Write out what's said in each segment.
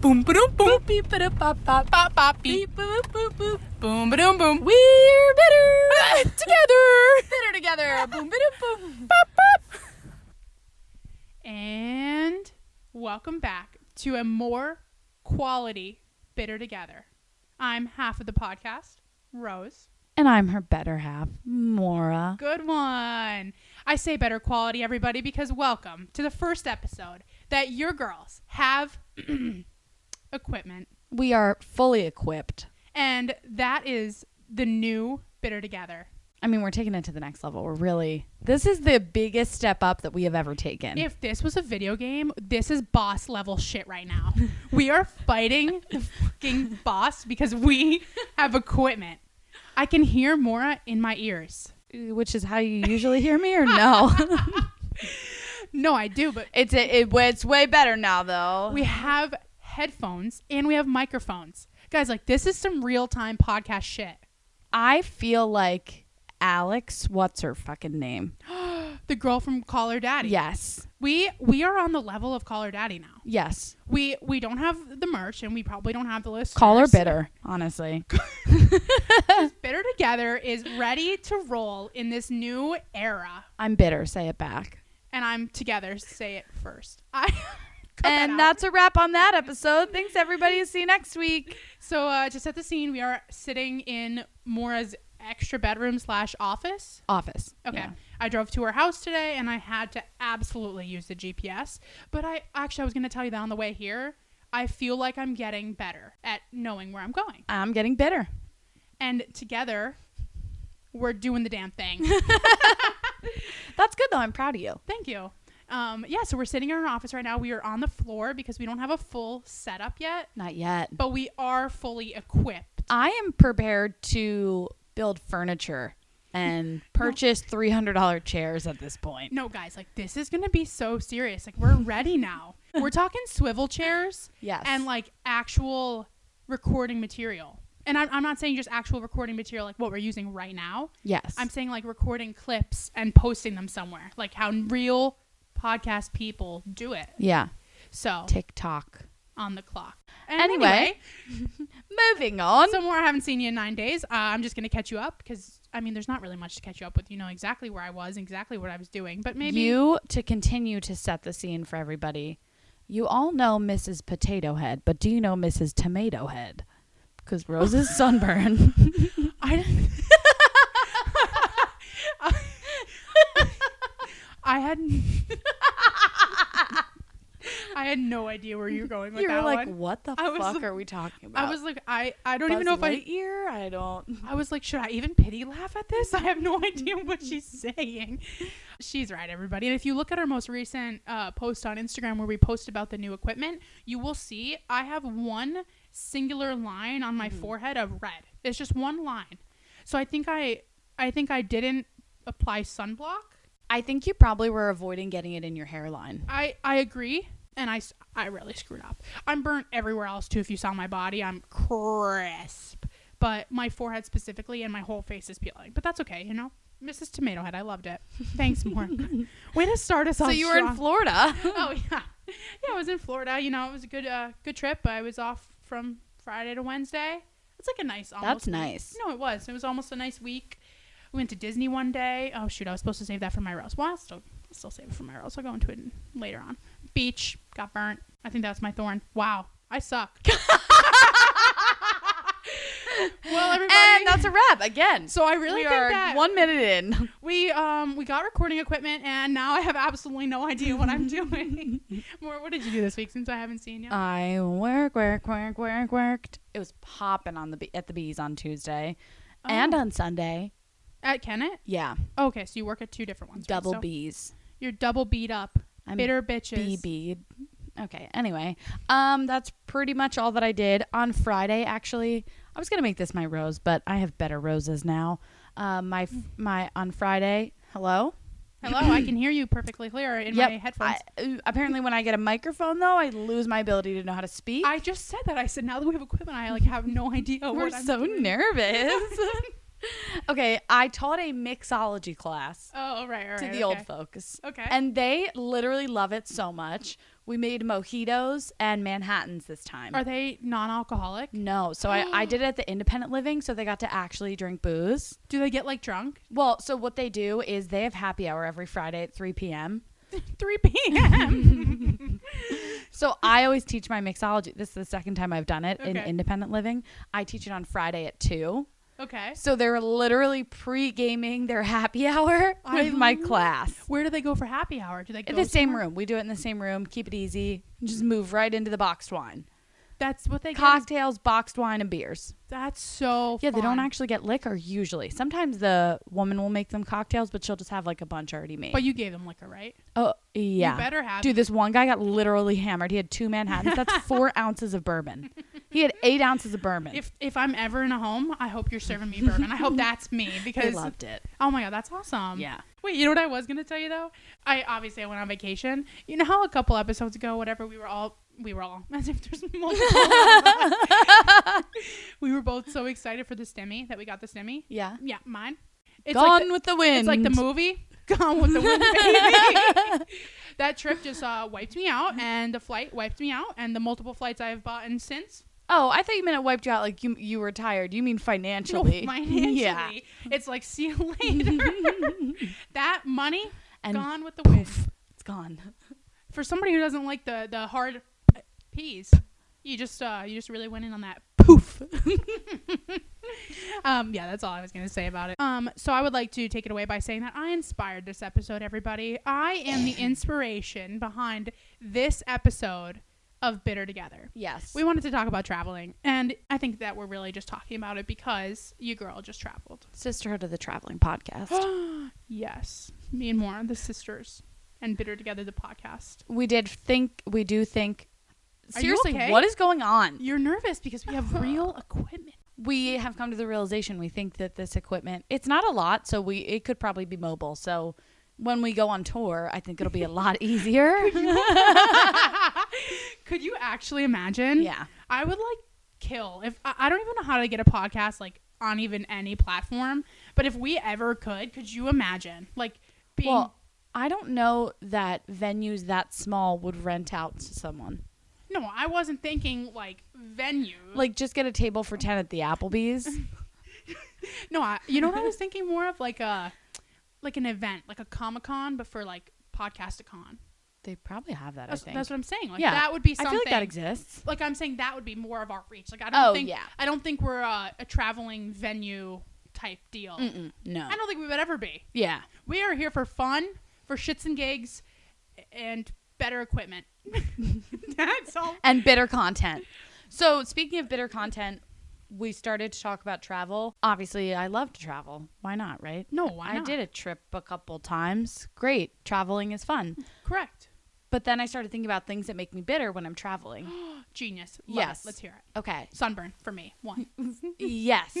Boom, boom, boom. Beep, ba, da, pop, pop. Pop, pop, beep. Beep, boop, boop, boop. Boom, boom, boom. Ah, We're better. Together. better together. boom, ba, boom. Pop, pop. And welcome back to a more quality Bitter Together. I'm half of the podcast, Rose. And I'm her better half, Mora. Good one. I say better quality, everybody, because welcome to the first episode that your girls have equipment. We are fully equipped. And that is the new Bitter Together. I mean, we're taking it to the next level. We're really, this is the biggest step up that we have ever taken. If this was a video game, this is boss level shit right now. we are fighting the fucking boss because we have equipment. I can hear Mora in my ears. which is how you usually hear me, or no? No, I do, but it's a, it, it's way better now, though. we have headphones and we have microphones. Guys, like this is some real time podcast shit. I feel like Alex. What's her fucking name? The girl from Caller Daddy. Yes, We we are on the level of Caller Daddy now. yes. We we don't have the merch and we probably don't have the list. Call her bitter, honestly. Bitter Together is ready to roll in this new era. I'm bitter. Say it back. And I'm together, say it first. I cut that out. And that's a wrap on that episode. Thanks, everybody. See you next week. so uh to set the scene, we are sitting in Mora's extra bedroom slash office. Office. Okay. Yeah. I drove to her house today and I had to absolutely use the GPS. But I actually, I was going to tell you that on the way here. I feel like I'm getting better at knowing where I'm going. I'm getting bitter. And together, we're doing the damn thing. That's good, though. I'm proud of you. Thank you. Um, yeah, so we're sitting in her office right now. We are on the floor because we don't have a full setup yet, Not yet. but we are fully equipped. I am prepared to build furniture and purchase $300 chairs at this point. No, guys, like this is gonna be so serious. Like we're ready now. We're talking swivel chairs, Yes. and like actual recording material. And I'm, I'm not saying just actual recording material, like what we're using right now. Yes. I'm saying like recording clips and posting them somewhere, like how real podcast people do it. yeah. So TikTok. on the clock. And Anyway. Moving on. some more I haven't seen you in nine days. Uh, I'm just gonna catch you up because I mean, there's not really much to catch you up with. You know exactly where I was, exactly what I was doing, but maybe You, to continue to set the scene for everybody, you all know Mrs. Potato Head, but do you know Mrs. Tomato Head? Because Rose's sunburn. I I had I had no idea where you were going with You're that like, one. what the I was fuck the- are we talking about? I was like, I I don't even know if I ear. I don't. I was like, should I even pity laugh at this? I have no idea what she's saying. She's right, everybody. And if you look at our most recent uh, post on Instagram where we post about the new equipment, you will see I have one singular line on my forehead of red. It's just one line. So I think I I think I didn't apply sunblock. I think you probably were avoiding getting it in your hairline. I I agree, and I s- I really screwed up. I'm burnt everywhere else too. If you saw my body, I'm crisp, but my forehead specifically and my whole face is peeling. But that's okay, you know. Mrs. Tomato Head, I loved it. Thanks, more. Way to start us off. So you were in strong. Florida. Oh yeah, yeah. I was in Florida. You know, it was a good uh, good trip. I was off from Friday to Wednesday. It's like a nice. Almost That's week. nice. No, it was. It was almost a nice week. We went to Disney one day. Oh shoot, I was supposed to save that for my roast. Well, I'll still, I'll still save it for my roast. I'll go into it later on. Beach got burnt. I think that's my thorn. Wow, I suck. well, everybody. And that's a wrap again. so I really we think are that one minute in. we um we got recording equipment and now I have absolutely no idea what I'm doing. More, what did you do this week since I haven't seen you? I work, work, work, work, worked. It was popping on the bee- at the bees on Tuesday, and uh, Oh. on Sunday. At Kennett? Yeah, Okay, so you work at two different ones. right? double So bees. You're double beat up. I'm bitter bitches. BB. Okay. Anyway, um, that's pretty much all that I did on Friday. Actually, I was gonna make this my rose, but I have better roses now. Uh, my f- my on Friday. Hello. Hello, I can hear you perfectly clear in my headphones. I- uh, apparently, when I get a microphone, though, I lose my ability to know how to speak. I, just said that. I said now that we have equipment, I like have no idea We're what I'm so doing. nervous. okay, I taught a mixology class Oh, all right, all right. to the old okay. folks. Okay. And they literally love it so much. We made mojitos and Manhattans this time. Are they non-alcoholic? no, so I, I did it at the independent living, so they got to actually drink booze. Do they get like drunk? Well, so what they do is they have happy hour every Friday at 3 p.m. 3 p.m. So I always teach my mixology. This is the second time I've done it in Okay. independent living. I teach it on Friday at 2. okay. So they're literally pre gaming their happy hour I with my love- class. Where do they go for happy hour? Do they go In the same somewhere? room. We do it in the same room. Keep it easy. Just move right into the boxed wine. That's what they get. Cocktails, boxed wine, and beers. That's so. Yeah, they don't fun. actually get liquor usually. Sometimes the woman will make them cocktails, but she'll just have like a bunch already made. But you gave them liquor, right? oh, yeah. You better have. Dude, this one guy got literally hammered. He had two Manhattans. That's four ounces of bourbon. He had eight ounces of bourbon. If if I'm ever in a home, I hope you're serving me bourbon. I hope that's me I because loved it. Um, oh my god, that's awesome. Yeah. Wait, you know what I was gonna tell you though? I obviously I went on vacation. You know how a couple episodes ago, whatever, we were all we were all as if there's multiple. we were both so excited for the stimmy that we got the stimmy. Yeah. Yeah, mine. It's Gone like the- with the wind. It's like the movie Gone with the Wind, baby. that trip just uh, wiped me out, and the flight wiped me out, and the multiple flights I've bought in since. Oh, I thought you meant it wiped you out like you you were tired. You mean No, financially. financially, Yeah. it's like see you later. that money And gone with the wind. It's gone. For somebody who doesn't like the the hard P's, you just uh, you just really went in on that Poof. Um, yeah, that's all I was gonna say about it. Um, so I would like to take it away by saying that I inspired this episode, everybody. I am the inspiration behind this episode of Bitter Together. Yes. We wanted to talk about traveling, and I think that we're really just talking about it because you girl just traveled. Sisterhood of the Traveling podcast. yes, me and Maura, the sisters, and Bitter Together, the podcast. we did think we do think Are you Seriously, okay? what is going on? You're nervous because we have real equipment. We have come to the realization we think that this equipment it's not a lot, so we it could probably be mobile. So when we go on tour, I think it'll be a lot easier. Could you actually imagine? yeah. I would like kill if I, I don't even know how to get a podcast like on even any platform. But if we ever could, could you imagine like being? Well, I don't know that venues that small would rent out to someone. no, I wasn't thinking like venue. Like just get a table for 10 at the Applebee's. no, I, you know what I was thinking more of like a like an event, like a Comic Con, but for like podcasticon. they probably have that, That's, I think. that's what I'm saying. Like Yeah. that would be I something. feel like that exists. like I'm saying that would be more of our reach. Like I don't Oh, think yeah. I don't think we're uh, a traveling venue type deal. Mm-mm, no. I don't think we would ever be. Yeah. We are here for fun, for shits and gigs, and better equipment. That's all. and bitter content. So, speaking of bitter content, we started to talk about travel. Obviously, I love to travel. Why not, right? No, why I not? did a trip a couple times. Great. Traveling is fun. Correct. But then I started thinking about things that make me bitter when I'm traveling. Genius. Love Yes. It. Let's hear it. Okay. Sunburn for me. One. yes.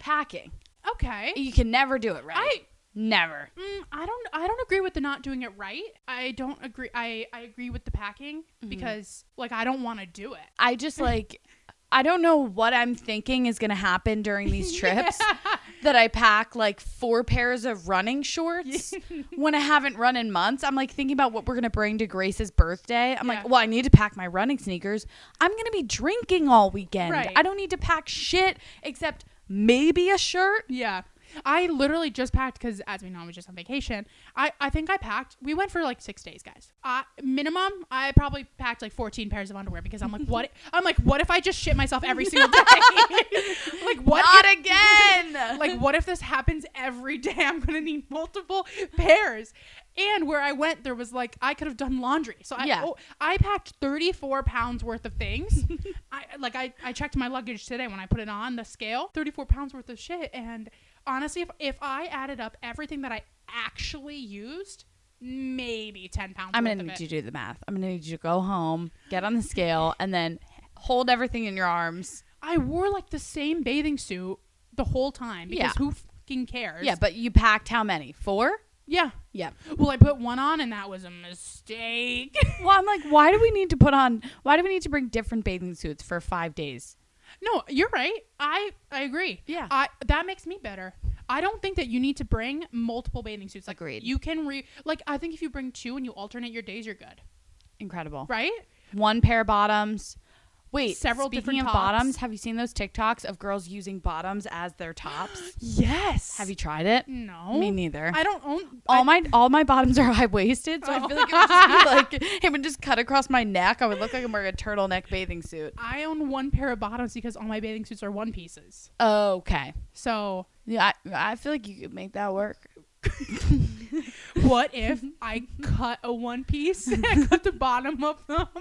Packing. Okay. You can never do it right. I never. mm, I don't I don't agree with the not doing it right. I don't agree. I I agree with the packing Mm-hmm. because like I don't want to do it. I just like I don't know what I'm thinking is going to happen during these trips that I pack like four pairs of running shorts when I haven't run in months. I'm like thinking about what we're going to bring to Grace's birthday. I'm like, Yeah. well, I need to pack my running sneakers. I'm going to be drinking all weekend. Right. I don't need to pack shit except maybe a shirt. Yeah. I literally just packed because, as we know, I was just on vacation. I, I think I packed. We went for like six days, guys. I, minimum, I probably packed like fourteen pairs of underwear because I'm like, what? I'm like, what if I just shit myself every single day? like, what? Not if- again. like, what if this happens every day? I'm gonna need multiple pairs. And where I went, there was like I could have done laundry. So I Yeah. oh, I packed 34 pounds worth of things. I like I, I checked my luggage today when I put it on the scale. 34 pounds worth of shit. And honestly, if if I added up everything that I actually used, maybe 10 pounds. I'm worth going to of need it. you to do the math. I'm going to need you to go home, get on the scale, and then hold everything in your arms. I wore like the same bathing suit the whole time because Yeah. who fucking cares? Yeah, but you packed how many? Four? yeah. Yep. Well, I put one on and that was a mistake. Well, I'm like, why do we need to put on? Why do we need to bring different bathing suits for five days? No, you're right. I I agree. Yeah. I that makes me better. I don't think that you need to bring multiple bathing suits. Like Agreed. you can re like I think if you bring two and you alternate your days, you're good. incredible. right? One pair of bottoms. Wait, Several speaking different of tops. bottoms, have you seen those TikToks of girls using bottoms as their tops? Yes. have you tried it? No. Me neither. I don't own. all I- my all my bottoms are high waisted, so I feel like it would just Oh. be like it would just cut across my neck. I would look like I'm wearing a turtleneck bathing suit. I own one pair of bottoms because all my bathing suits are one pieces. Okay. So Yeah, I, I feel like you could make that work. what if I cut a one piece and I cut the bottom of them?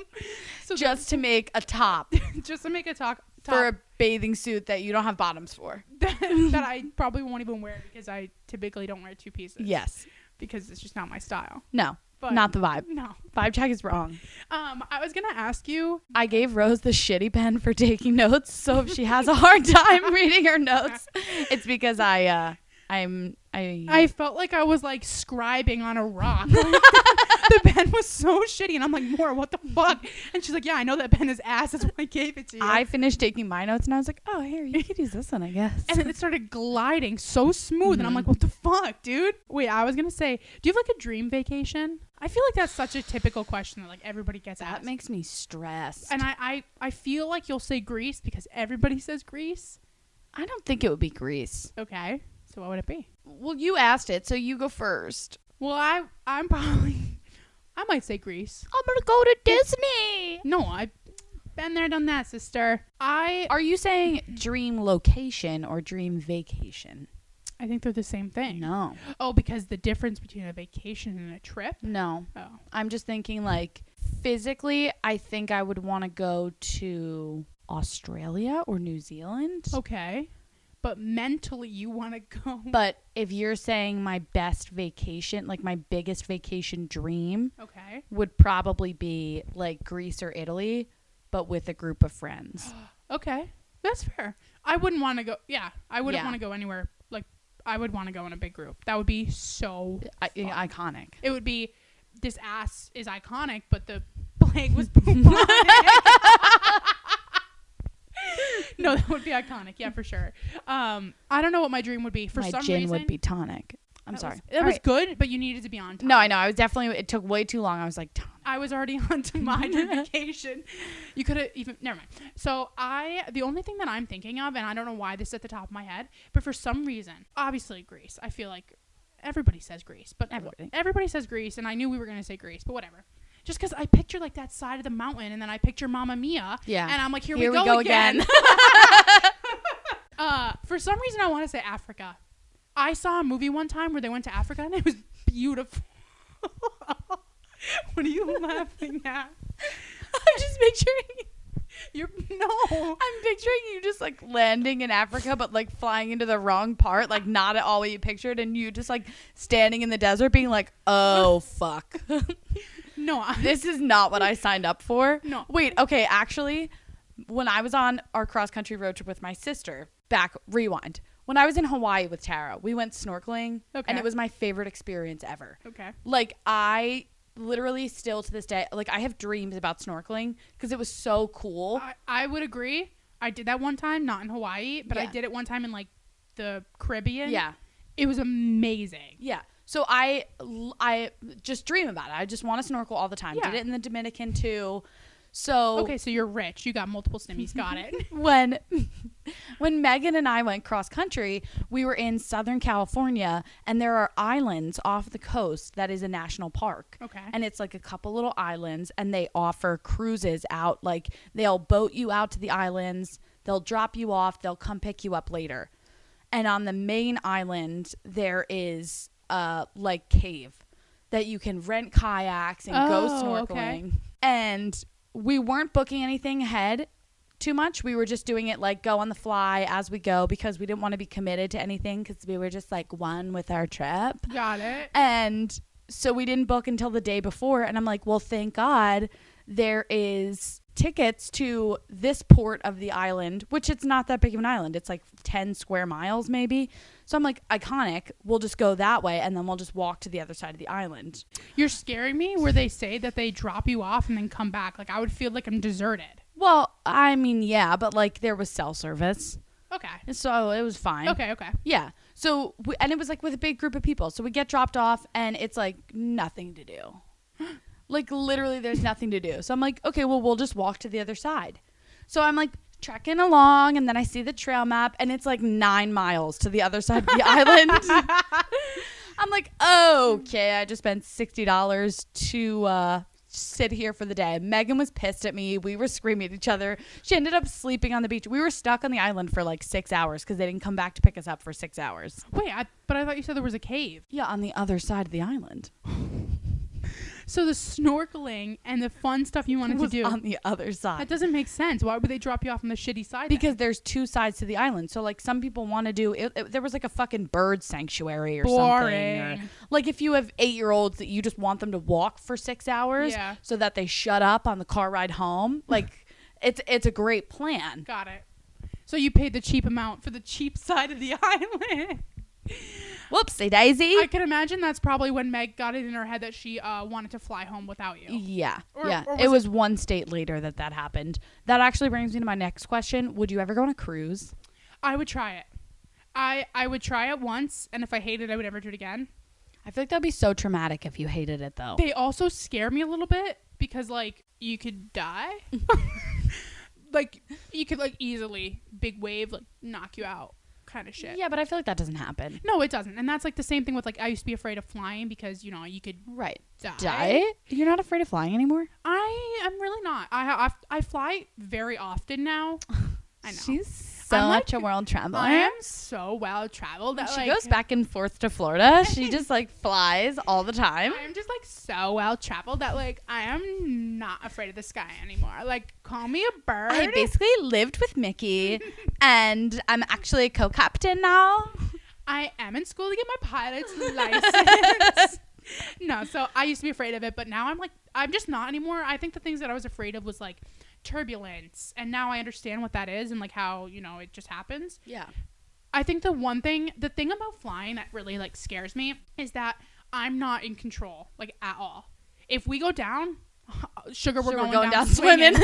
So just, Just to make a top, just to make a talk, top for a bathing suit that you don't have bottoms for. that, that I probably won't even wear because I typically don't wear two pieces. Yes. Because it's just not my style. No. But not the vibe. No. Vibe check is wrong. Um, I was gonna ask you. I gave Rose the shitty pen for taking notes, so if she has a hard time reading her notes, it's because I uh I'm I I felt like I was like scribing on a rock. the pen was so shitty, and I'm like, "More, what the fuck?" And she's like, "Yeah, I know that pen is ass. That's why I gave it to you." I finished taking my notes and I was like, "Oh, here, you could use this one, I guess." and then it started gliding so smooth, and I'm Mm-hmm. like, "What the fuck, dude?" Wait, I was gonna say, do you have like a dream vacation? I feel like that's such a typical question that like everybody gets that asked. makes me stressed. and I, I I feel like you'll say Greece because everybody says Greece. I don't think it would be Greece. Okay, so what would it be? Well, you asked it, so you go first. Well, I I'm probably I might say Greece. I'm going to go to Disney. No, I've been there, done that, sister. I Are you saying dream location or dream vacation? I think they're the same thing. No. Oh, because the difference between a vacation and a trip. No. Oh, I'm just thinking like physically, I think I would want to go to Australia or New Zealand. Oh. okay. But mentally, you want to go. But if you're saying my best vacation, like my biggest vacation dream okay. would probably be like Greece or Italy, but with a group of friends. Okay, that's fair. I wouldn't want to go. Yeah, I wouldn't Yeah. want to go anywhere. Like I would want to go in a big group. That would be so. I- fun. iconic. it would be. This ass is iconic, but the plague was bubonic. no, that would be iconic. Yeah, for sure. Um, I don't know what my dream would be. For my some gin reason, would be tonic. I'm that sorry. Was, it All was right. good, but you needed to be on time. No, I know. I was definitely. It took way too long. I was like, tonic. I was already on to my vacation. You could have even never mind. So I the only thing that I'm thinking of, and I don't know why this is at the top of my head, but for some reason, obviously Greece. I feel like everybody says Greece, but Everybody. everybody says Greece, and I knew we were gonna say Greece, but whatever. Just because I picture like that side of the mountain, and then I picture Mamma Mia, Yeah. and I'm like, here, we, go again. Uh, for some reason, I want to say Africa. I saw a movie one time where they went to Africa and it was beautiful. what are you laughing at? I'm just picturing. You're no. I'm picturing you just like landing in Africa, but like flying into the wrong part, like not at all what you pictured, and you just like standing in the desert, being like, "Oh fuck, No, I, this is not what I signed up for." No. Wait. Okay. Actually, when I was on our cross country road trip with my sister, back rewind. When I was in Hawaii with Tara, we went snorkeling, Okay. and it was my favorite experience ever. okay. like I literally still to this day like I have dreams about snorkeling because it was so cool. I, I would agree. I did that one time, not in Hawaii, but I Yeah. did it one time in like the Caribbean. yeah. It was amazing. Yeah. So I I just dream about it. I just want to snorkel all the time. Yeah. Did it in the Dominican too. So Okay, so you're rich. You got multiple stimmies. Got it. when when Megan and I went cross country, we were in Southern California and there are islands off the coast that is a national park. Okay. And it's like a couple little islands and they offer cruises out like they'll boat you out to the islands, they'll drop you off, they'll come pick you up later. And on the main island there is uh like cave that you can rent kayaks and go Oh, snorkeling. okay. And we weren't booking anything ahead too much. We were just doing it like go on the fly as we go because we didn't want to be committed to anything because we were just like one with our trip. got it. And so we didn't book until the day before. And I'm like, well, thank God there is tickets to this port of the island, which it's not that big of an island. It's like 10 square miles, maybe. So I'm like, iconic. We'll just go that way and then we'll just walk to the other side of the island. You're scaring me. Where they say that they drop you off and then come back. Like I would feel like I'm deserted. Well, I mean, yeah, but like there was cell service. Okay. So it was fine. Okay. Okay. Yeah. So, we, and it was like with a big group of people. So we get dropped off and it's like nothing to do. Like literally, there's nothing to do. So I'm like, okay, well, we'll just walk to the other side. So I'm like trekking along, and then I see the trail map, and it's like nine miles to the other side of the island. I'm like, okay, I just spent sixty dollars to uh, sit here for the day. Megan was pissed at me. We were screaming at each other. She ended up sleeping on the beach. We were stuck on the island for like six hours because they didn't come back to pick us up for six hours. Wait, I, but I thought you said there was a cave. Yeah, on the other side of the island. So the snorkeling and the fun stuff you wanted to Was do. on the other that side. doesn't make sense. Why would they drop you off on the shitty side? then? Because there's two sides to the island, so like some people want to do. It, it- there was like a fucking bird sanctuary or something. Or, Boring. like if you have eight year olds that you just want them to walk for six hours, Yeah. so that they shut up on the car ride home. Like it's it's a great plan. got it. So you paid the cheap amount for the cheap side of the island. Whoopsie daisy. I can imagine that's probably when Meg got it in her head that she uh, wanted to fly home without you. yeah, Or- yeah. or was it was one state later that that happened. That actually brings me to my next question: Would you ever go on a cruise? I would try it. I I would try it once, and if I hated, it, I would never do it again. I feel like that'd be so traumatic if you hated it, though. They also scare me a little bit because like you could die. like you could like easily big wave like knock you out kind of shit. yeah, but I feel like that doesn't happen. No, it doesn't. And that's like the same thing with like I used to be afraid of flying because you know you could Right. die. Die? You're not afraid of flying anymore? I am really not. I I, I fly very often now. I know. She's so I'm much like- a world traveler. I am so well traveled that she like, goes back and forth to Florida. She just like flies all the time. I am just like so well traveled that like I am not afraid of the sky anymore. Like call me a bird. I basically lived with Mickey and I'm actually a co captain now. I am in school to get my pilot's license. no, so I used to be afraid of it, but now I'm like, I'm just not anymore. I think the things that I was afraid of was like turbulence, and now I understand what that is and like how, you know, it just happens. Yeah. I think the one thing, the thing about flying that really like scares me is that I'm not in control, like at all. If we go down, sugar, we're, We're, going, going down, down, swimming. Is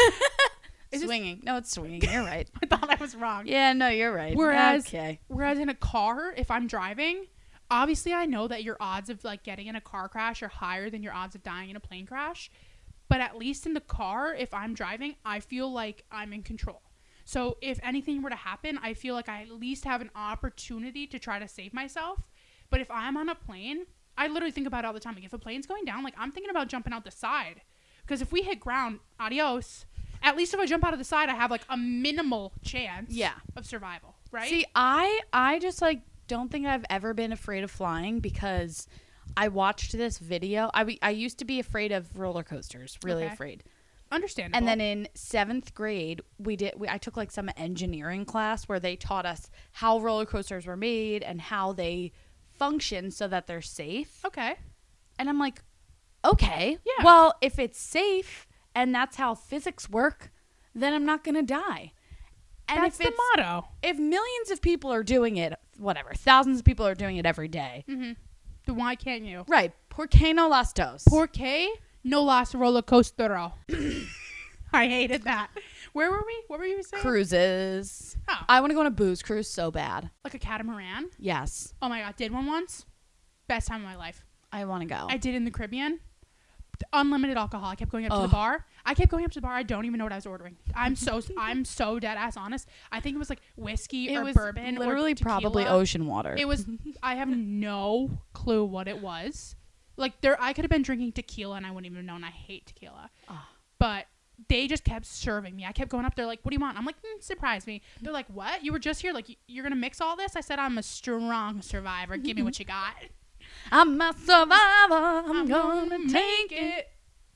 this- swinging. No, it's swinging. You're right. I thought I was wrong. Yeah, no, you're right. Whereas- okay. Whereas in a car, if I'm driving, obviously I know that your odds of like getting in a car crash are higher than your odds of dying in a plane crash. But at least in the car, if I'm driving, I feel like I'm in control. So if anything were to happen, I feel like I at least have an opportunity to try to save myself. But if I'm on a plane, I literally think about it all the time. Like if a plane's going down, like I'm thinking about jumping out the side. Because if we hit ground, adios. At least if I jump out of the side, I have like a minimal chance Yeah. of survival, right? See, I I just like don't think I've ever been afraid of flying because I watched this video. I w- I used to be afraid of roller coasters, really Okay. afraid. Understandable. And then in seventh grade, we did. We, I took like some engineering class where they taught us how roller coasters were made and how they function so that they're safe. okay, And I'm like, okay, Yeah. Well, if it's safe and that's how physics work, then I'm not gonna die. And that's if the it's motto. if millions of people are doing it, whatever, thousands of people are doing it every day. Mm. Then why can't you? Right. Por que no las dos? Por qué no las roller coastero? I hated that. Where were we? What were you saying? cruises. Oh. I want to go on a booze cruise so bad. Like a catamaran. Yes. Oh my god, did one once. Best time of my life. I want to go. I did in the Caribbean. Unlimited alcohol. I kept going up to Ugh. the bar. I kept going up to the bar. I don't even know what I was ordering. I'm so I'm so dead ass honest. I think it was like whiskey it or was bourbon. or literally probably tequila. ocean water. It was. I have no clue what it was. Like there, I could have been drinking tequila and I wouldn't even have known. I hate tequila. Ah. But they just kept serving me. I kept going up there like, "What do you want?" I'm like, mm, "Surprise me." They're like, "What? You were just here. Like y- you're gonna mix all this?" I said, "I'm a strong survivor. Give me what you got. I'm a survivor. I'm, gonna take it.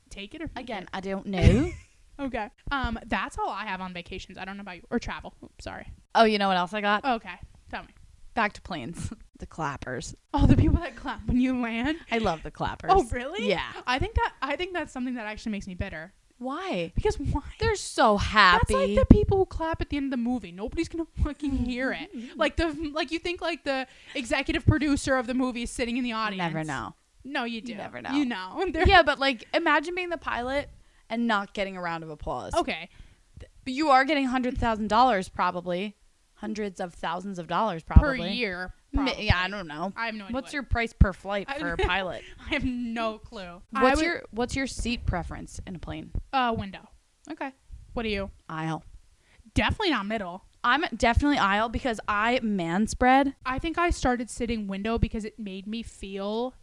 Take it or make Again, it. I don't know. Okay. Um, that's all I have on vacations. I don't know about you or travel. Oops, sorry. oh, you know what else I got? Okay, tell me. Back to planes. The clappers. Oh, the people that clap when you land. I love the clappers. Oh, really? Yeah. I think that I think that's something that actually makes me bitter. Why? Because why? They're so happy. That's like the people who clap at the end of the movie. Nobody's gonna fucking hear it. Like the like you think like the executive producer of the movie is sitting in the You audience. never know. No, you do. never know. You know. They're- yeah, but like imagine being the pilot and not getting a round of applause. Okay. But you are getting hundred thousand dollars probably hundreds of thousands of dollars per probably year. Ma- probably. Yeah, I don't know. I have no idea. What's what- your price per flight I- for a pilot? I have no clue. I What's would- your What's your seat preference in a plane? uh, window? Okay, What are you? aisle. Definitely not middle. I'm definitely aisle because I man spread I think I started sitting window because it made me feel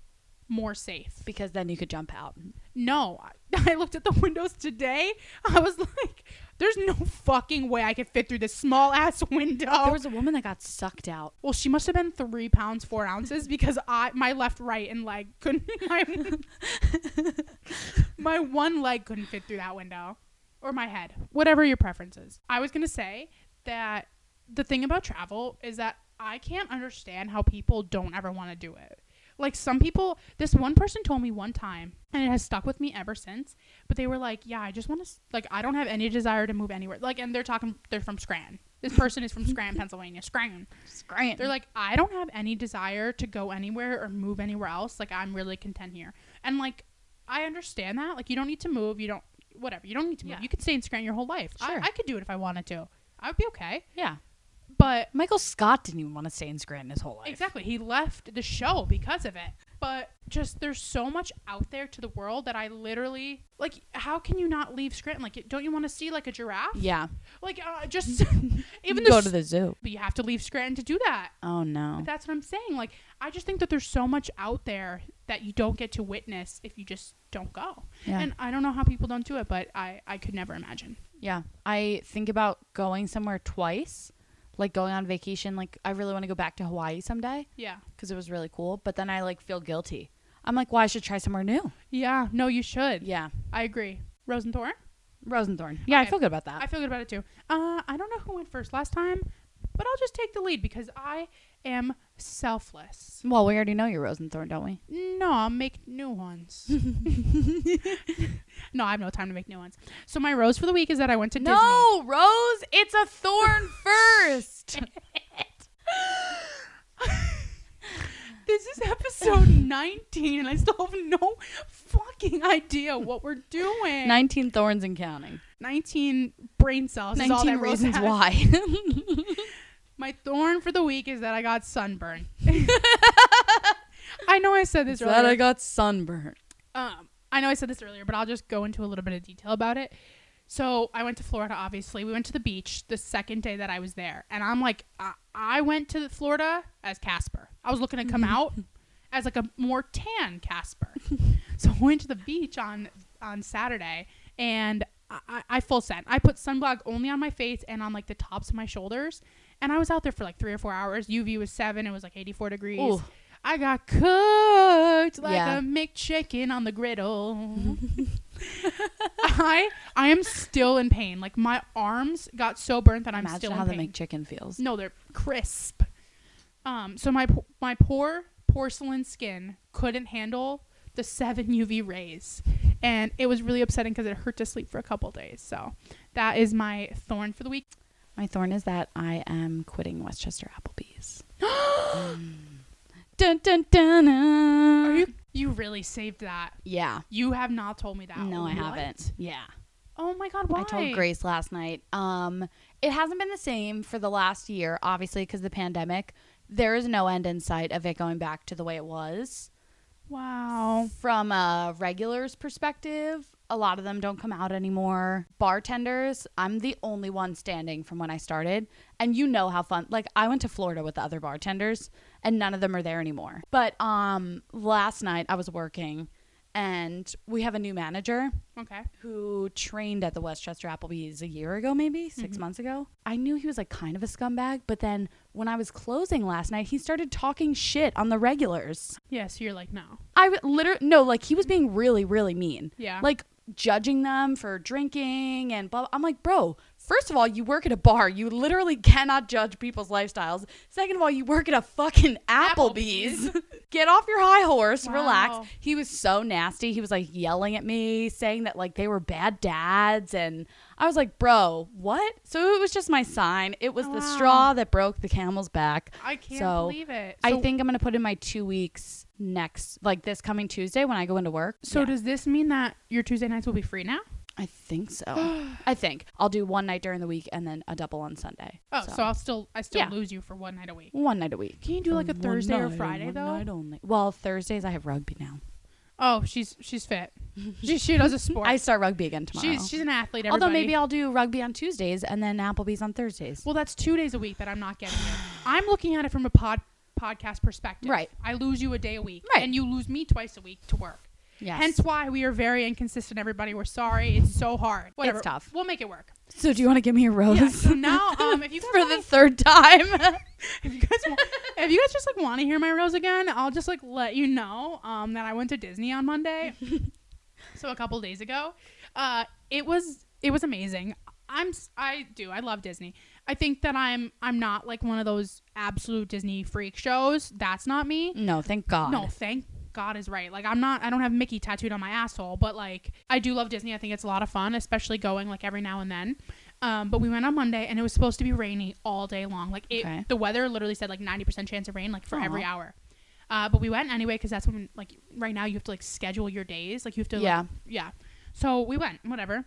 more safe. because then you could jump out. No, I, I looked at the windows today. I was like, there's no fucking way I could fit through this small ass window. There was a woman that got sucked out. well, she must have been three pounds, four ounces because I, my left, right, and leg couldn't, my, my one leg couldn't fit through that window or my head, whatever your preference is. I was going to say that the thing about travel is that I can't understand how people don't ever want to do it. Like some people, this one person told me one time, and it has stuck with me ever since. But they were like, "Yeah, I just want to like I don't have any desire to move anywhere." Like, and they're talking, they're from Scranton. This person is from Scranton, Pennsylvania. Scranton. Scram. They're like, I don't have any desire to go anywhere or move anywhere else. Like, I'm really content here. And like, I understand that. Like, you don't need to move. You don't, whatever. You don't need to move. Yeah. You could stay in Scranton your whole life. I- Sure. I, could do it if I wanted to. I would be okay. yeah. But Michael Scott didn't even want to stay in Scranton his whole life. exactly, he left the show because of it. But just there's so much out there to the world that I literally like. How can you not leave Scranton? Like, don't you want to see like a giraffe? Yeah. Like, uh, just even the, go s- to the zoo. But you have to leave Scranton to do that. Oh no. But that's what I'm saying. Like, I just think that there's so much out there that you don't get to witness if you just don't go. Yeah. And I don't know how people don't do it, but I, I could never imagine. Yeah. I think about going somewhere twice, like going on vacation. Like, I really want to go back to Hawaii someday Yeah. because it was really cool. But then I like feel guilty. I'm like, well, I should try somewhere new. Yeah. No, you should. Yeah. I agree. Rosenthorn? Rosenthorn. Yeah, I Okay. feel good about that. I feel good about it too. Uh, I don't know who went first last time, but I'll just take the lead because I am selfless. well, we already know you're Rosenthorn, don't we? No, I'll make new ones. no, I have no time to make new ones. So my rose for the week is that I went to Disney. Rose, it's a thorn first. This is episode 19, and I still have no fucking idea what we're doing. 19 thorns and counting. 19 brain cells. is all 19 that Rose reasons has. why. My thorn for the week is that I got sunburn. I know I said this that I earlier. got sunburned. um, I know I said this earlier, but I'll just go into a little bit of detail about it. So I went to Florida. Obviously, we went to the beach the second day that I was there, and I'm like, I, I went to Florida as Casper. I was looking to come out as like a more tan Casper. so I went to the beach on on Saturday, and I- I, I full sent. I put sunblock only on my face and on like the tops of my shoulders, and I was out there for like three or four hours. UV was seven. It was like 84 degrees. Ooh. I got cooked like Yeah. a McChicken on the griddle. I I am still in pain. Like my arms got so burnt that I'm Imagine still how in the pain. McChicken feels. No, they're crisp. Um, so my po- my poor porcelain skin couldn't handle the seven UV rays, and it was really upsetting because it hurt to sleep for a couple days. So that is my thorn for the week. My thorn is that I am quitting Westchester Applebee's. Mm. dun, dun, dun, dun. Are you you really saved that? Yeah. You have not told me that. No, I What? haven't. Yeah. Oh my god, why? I told Grace last night. Um, it hasn't been the same for the last year, obviously, because the pandemic. There is no end in sight of it going back to the way it was. Wow. From a regular's perspective, a lot of them don't come out anymore. Bartenders, I'm the only one standing from when I started. And you know how fun. Like I went to Florida with the other bartenders and none of them are there anymore. But um last night I was working and we have a new manager Okay. who trained at the Westchester Applebee's a year ago, maybe 6 months ago. I knew he was like kind of a scumbag, but then when I was closing last night, he started talking shit on the regulars. Yeah, so you're like, no. I literally no, like he was being really, really mean. Yeah. like judging them for drinking and blah. I'm like, bro. First of all, you work at a bar. You literally cannot judge people's lifestyles. Second of all, you work at a fucking Applebee's. Get off your high horse, Wow. relax. He was so nasty. He was like yelling at me, saying that like they were bad dads and I was like, "Bro, what?" So it was just my sign. It was Wow. the straw that broke the camel's back. I can't So, believe it. I So- think I'm gonna put in my two weeks next, like this coming Tuesday when I go into work. So Yeah. does this mean that your Tuesday nights will be free now? I think so. Oh, I think I'll do one night during the week and then a double on Sunday. Oh, so, I'll still I still Yeah. lose you for one night a week. one night a week. Can you do like a One Thursday night or and Friday one though? night only. Well, Thursdays I have rugby now. Oh, she's she's fit. she she does a sport. I start rugby again tomorrow. she's she's an athlete. Everybody. Although maybe I'll do rugby on Tuesdays and then Applebee's on Thursdays. well, that's two days a week that I'm not getting. it. I'm looking at it from a pod podcast perspective. Right. I lose you a day a week, Right. and you lose me twice a week to work. yes. Hence why we are very inconsistent. Everybody, we're sorry. It's so hard. Whatever. tough. We'll make it work. so do you want to give me a rose Yeah, so now, um, if you guys for wanna- the third time? if you guys want, if you guys just like want to hear my rose again, I'll just like let you know um, that I went to Disney on Monday. so a couple days ago, uh, it was it was amazing. I'm s- I do I love Disney. I think that I'm I'm not like one of those absolute Disney freak shows. That's not me. no, thank God. No, thank God is right. Like I'm not I don't have Mickey tattooed on my asshole, but like I do love Disney. I think it's a lot of fun, especially going like every now and then. Um, but we went on Monday and it was supposed to be rainy all day long. Like it, Okay. the weather literally said like 90% chance of rain like for every Aw. hour. Uh, but we went anyway because that's when like right now you have to like schedule your days. Like you have to like, Yeah. yeah. So we went whatever.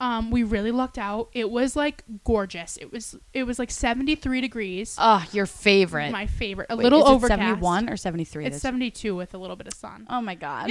Um, we really lucked out. It was like gorgeous. It was it was like 73 degrees. Oh, your favorite. my favorite. A Wait, little is it overcast. 71 or 73? It's this- 72 with a little bit of sun. Oh my God.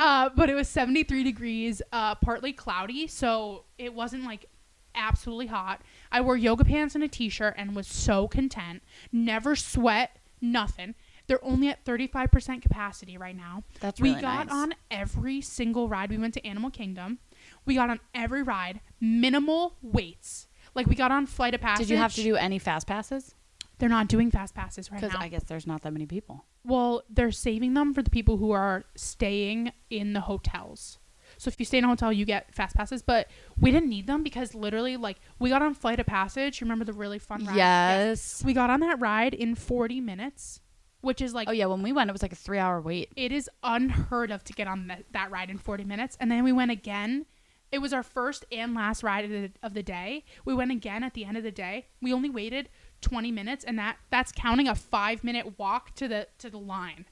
uh, but it was 73 degrees, uh, partly cloudy, so it wasn't like absolutely hot. I wore yoga pants and a t-shirt and was so content. Never sweat, nothing. They're only at 35% capacity right now. That's We really got nice. on every single ride. We went to Animal Kingdom. We got on every ride, minimal waits. Like we got on Flight of Passage. Did you have to do any fast passes? They're not doing fast passes right now. Because I guess there's not that many people. Well, they're saving them for the people who are staying in the hotels. So if you stay in a hotel, you get fast passes. But we didn't need them because literally, like, we got on Flight of Passage. You Remember the really fun ride? We got on that ride in 40 minutes, which is like, Oh yeah, when we went, it was like a three-hour wait. it is unheard of to get on that, that ride in 40 minutes. And then we went again. It was our first and last ride of the, of the day. We went again at the end of the day. We only waited 20 minutes, and that that's counting a five minute walk to the to the line.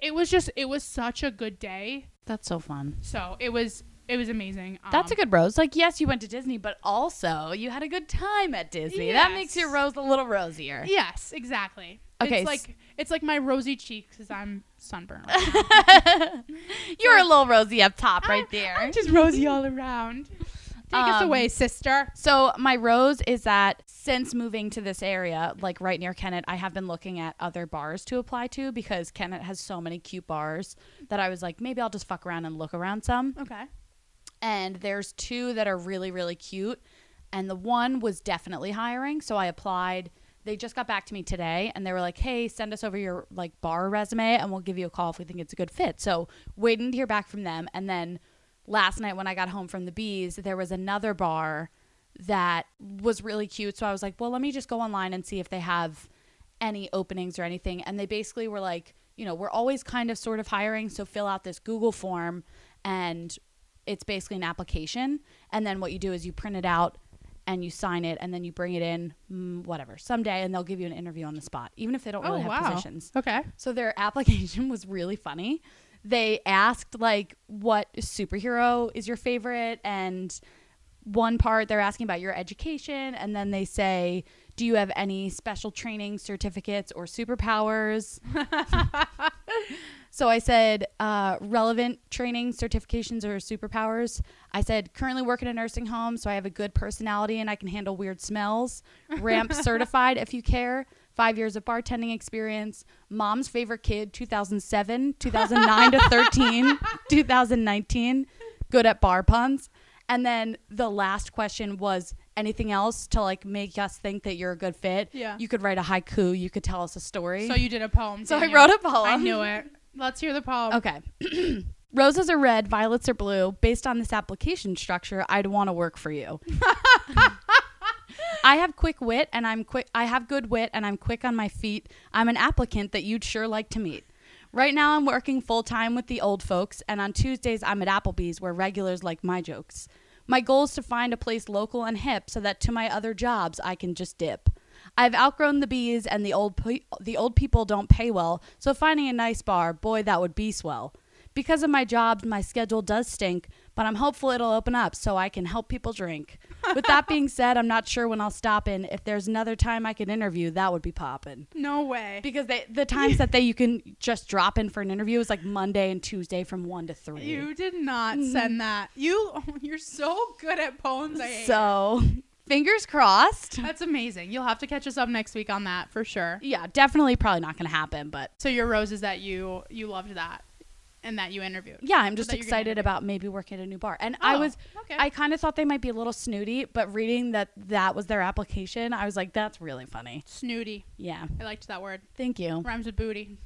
It was just it was such a good day. That's so fun. So it was it was amazing. Um, That's a good rose. Like, yes, you went to Disney, but also you had a good time at Disney. That makes your Yes. rose a little rosier. yes, exactly. it's Okay, s- like it's like my rosy cheeks because I'm sunburned. Right now. You're a little rosy up top right there. Ah, I'm just rosy all around. Take us Um, away, sister. so my rose is that since moving to this area, like right near Kennett, I have been looking at other bars to apply to because Kennett has so many cute bars that I was like, maybe I'll just fuck around and look around some. Okay. and there's two that are really really cute and the one was definitely hiring so i applied they just got back to me today and they were like hey send us over your like bar resume and we'll give you a call if we think it's a good fit so waiting to hear back from them and then last night when i got home from the bees there was another bar that was really cute so i was like well let me just go online and see if they have any openings or anything. And they basically were like, you know, we're always kind of sort of hiring, so fill out this Google form and it's basically an application. And then what you do is you print it out and you sign it and then you bring it in, mm, whatever, someday, and they'll give you an interview on the spot, even if they don't really oh have wow. positions. Okay. So their application was really funny. They asked like what superhero is your favorite and one part they're asking about your education and then they say do you have any special training certificates or superpowers? so I said uh, relevant training certifications or superpowers. I said currently work in a nursing home so I have a good personality and I can handle weird smells. Ramp certified if you care five years of bartending experience, mom's favorite kid, 2007, 2009 to 13, 2019, good at bar puns. And then the last question was anything else to like make us think that you're a good fit? Yeah. You could write a haiku, you could tell us a story. So you did a poem. So I didn't you? wrote a poem. I knew it. Let's hear the poem. Okay. Roses are red, violets are blue. Based on this application structure, I'd want to work for you. I have quick wit and I'm quick I have good wit and I'm quick on my feet. I'm an applicant that you'd sure like to meet. Right now I'm working full time with the old folks and on Tuesdays I'm at Applebee's where regulars like my jokes. My goal is to find a place local and hip so that to my other jobs I can just dip. I've outgrown the bees and the old pe- the old people don't pay well, so finding a nice bar, boy, that would be swell. Because of my job, my schedule does stink, but I'm hopeful it'll open up so I can help people drink. With that being said, I'm not sure when I'll stop in. If there's another time I could interview, that would be poppin'. No way. Because they, the times that they you can just drop in for an interview is like Monday and Tuesday from one to three. You did not Mm-hmm. send that. You you're so good at poems. I hate it. so fingers crossed. that's amazing. You'll have to catch us up next week on that for sure. Yeah, definitely probably not gonna happen, but So your rose is that you you loved that and that you interviewed. yeah, I'm just that you're gonna excited interview. about maybe working at a new bar. And I Oh, was okay. I kind of thought they might be a little snooty, but reading that that was their application, I was like that's really funny. Snooty. Yeah. I liked that word. Thank you. Rhymes with booty.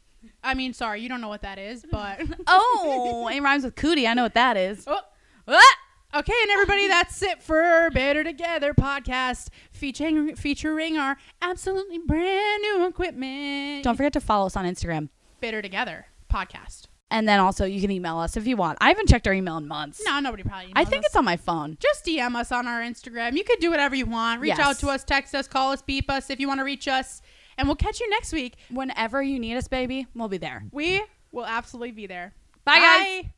I mean, sorry, you don't know what that is, but Oh, it rhymes with cootie. I know what that is. Oh. Ah! Okay, and everybody, that's it for Better Together podcast featuring featuring our absolutely brand new equipment. Don't forget to follow us on Instagram. Better Together podcast. And then also you can email us if you want. I haven't checked our email in months. No, nobody probably. I knows think us. it's on my phone. just DM us on our Instagram. You could do whatever you want. Reach Yes. out to us, text us, call us, beep us if you want to reach us, and we'll catch you next week. Whenever you need us, baby, we'll be there. We will absolutely be there. Bye, guys. Bye.